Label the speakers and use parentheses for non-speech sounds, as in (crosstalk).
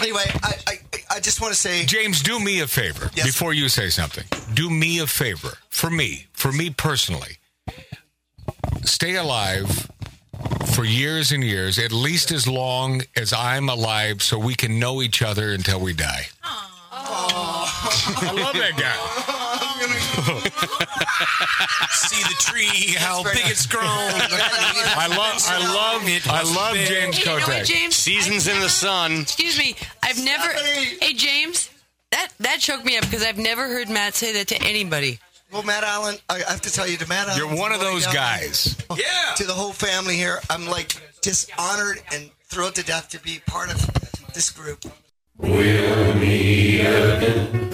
Speaker 1: Anyway, I, I, I just want to (laughs) say
Speaker 2: James, do me a favor
Speaker 1: Yes.
Speaker 2: before you say something. Do me a favor for me, for me personally. Stay alive for years and years, at least as long as I'm alive, so we can know each other until we die. (laughs) I love that guy.
Speaker 3: See the tree, how big it's grown.
Speaker 1: (laughs)
Speaker 2: I love, I love,
Speaker 3: It
Speaker 2: I
Speaker 3: must
Speaker 2: love
Speaker 3: be.
Speaker 2: James
Speaker 4: Hey, you know what,
Speaker 2: Kotek.
Speaker 4: James?
Speaker 5: Seasons
Speaker 4: I've
Speaker 5: in the
Speaker 4: never-
Speaker 5: sun.
Speaker 4: Excuse me. I've never. Hey, James. That that choked me up because I've never heard Matt say that to anybody.
Speaker 1: Well, Matt Allen, I I have to tell you, to Matt Allen,
Speaker 2: You're one of those guys.
Speaker 3: Yeah.
Speaker 1: To the whole family here, I'm like just honored and thrilled to death to be part of this group.
Speaker 6: We'll meet again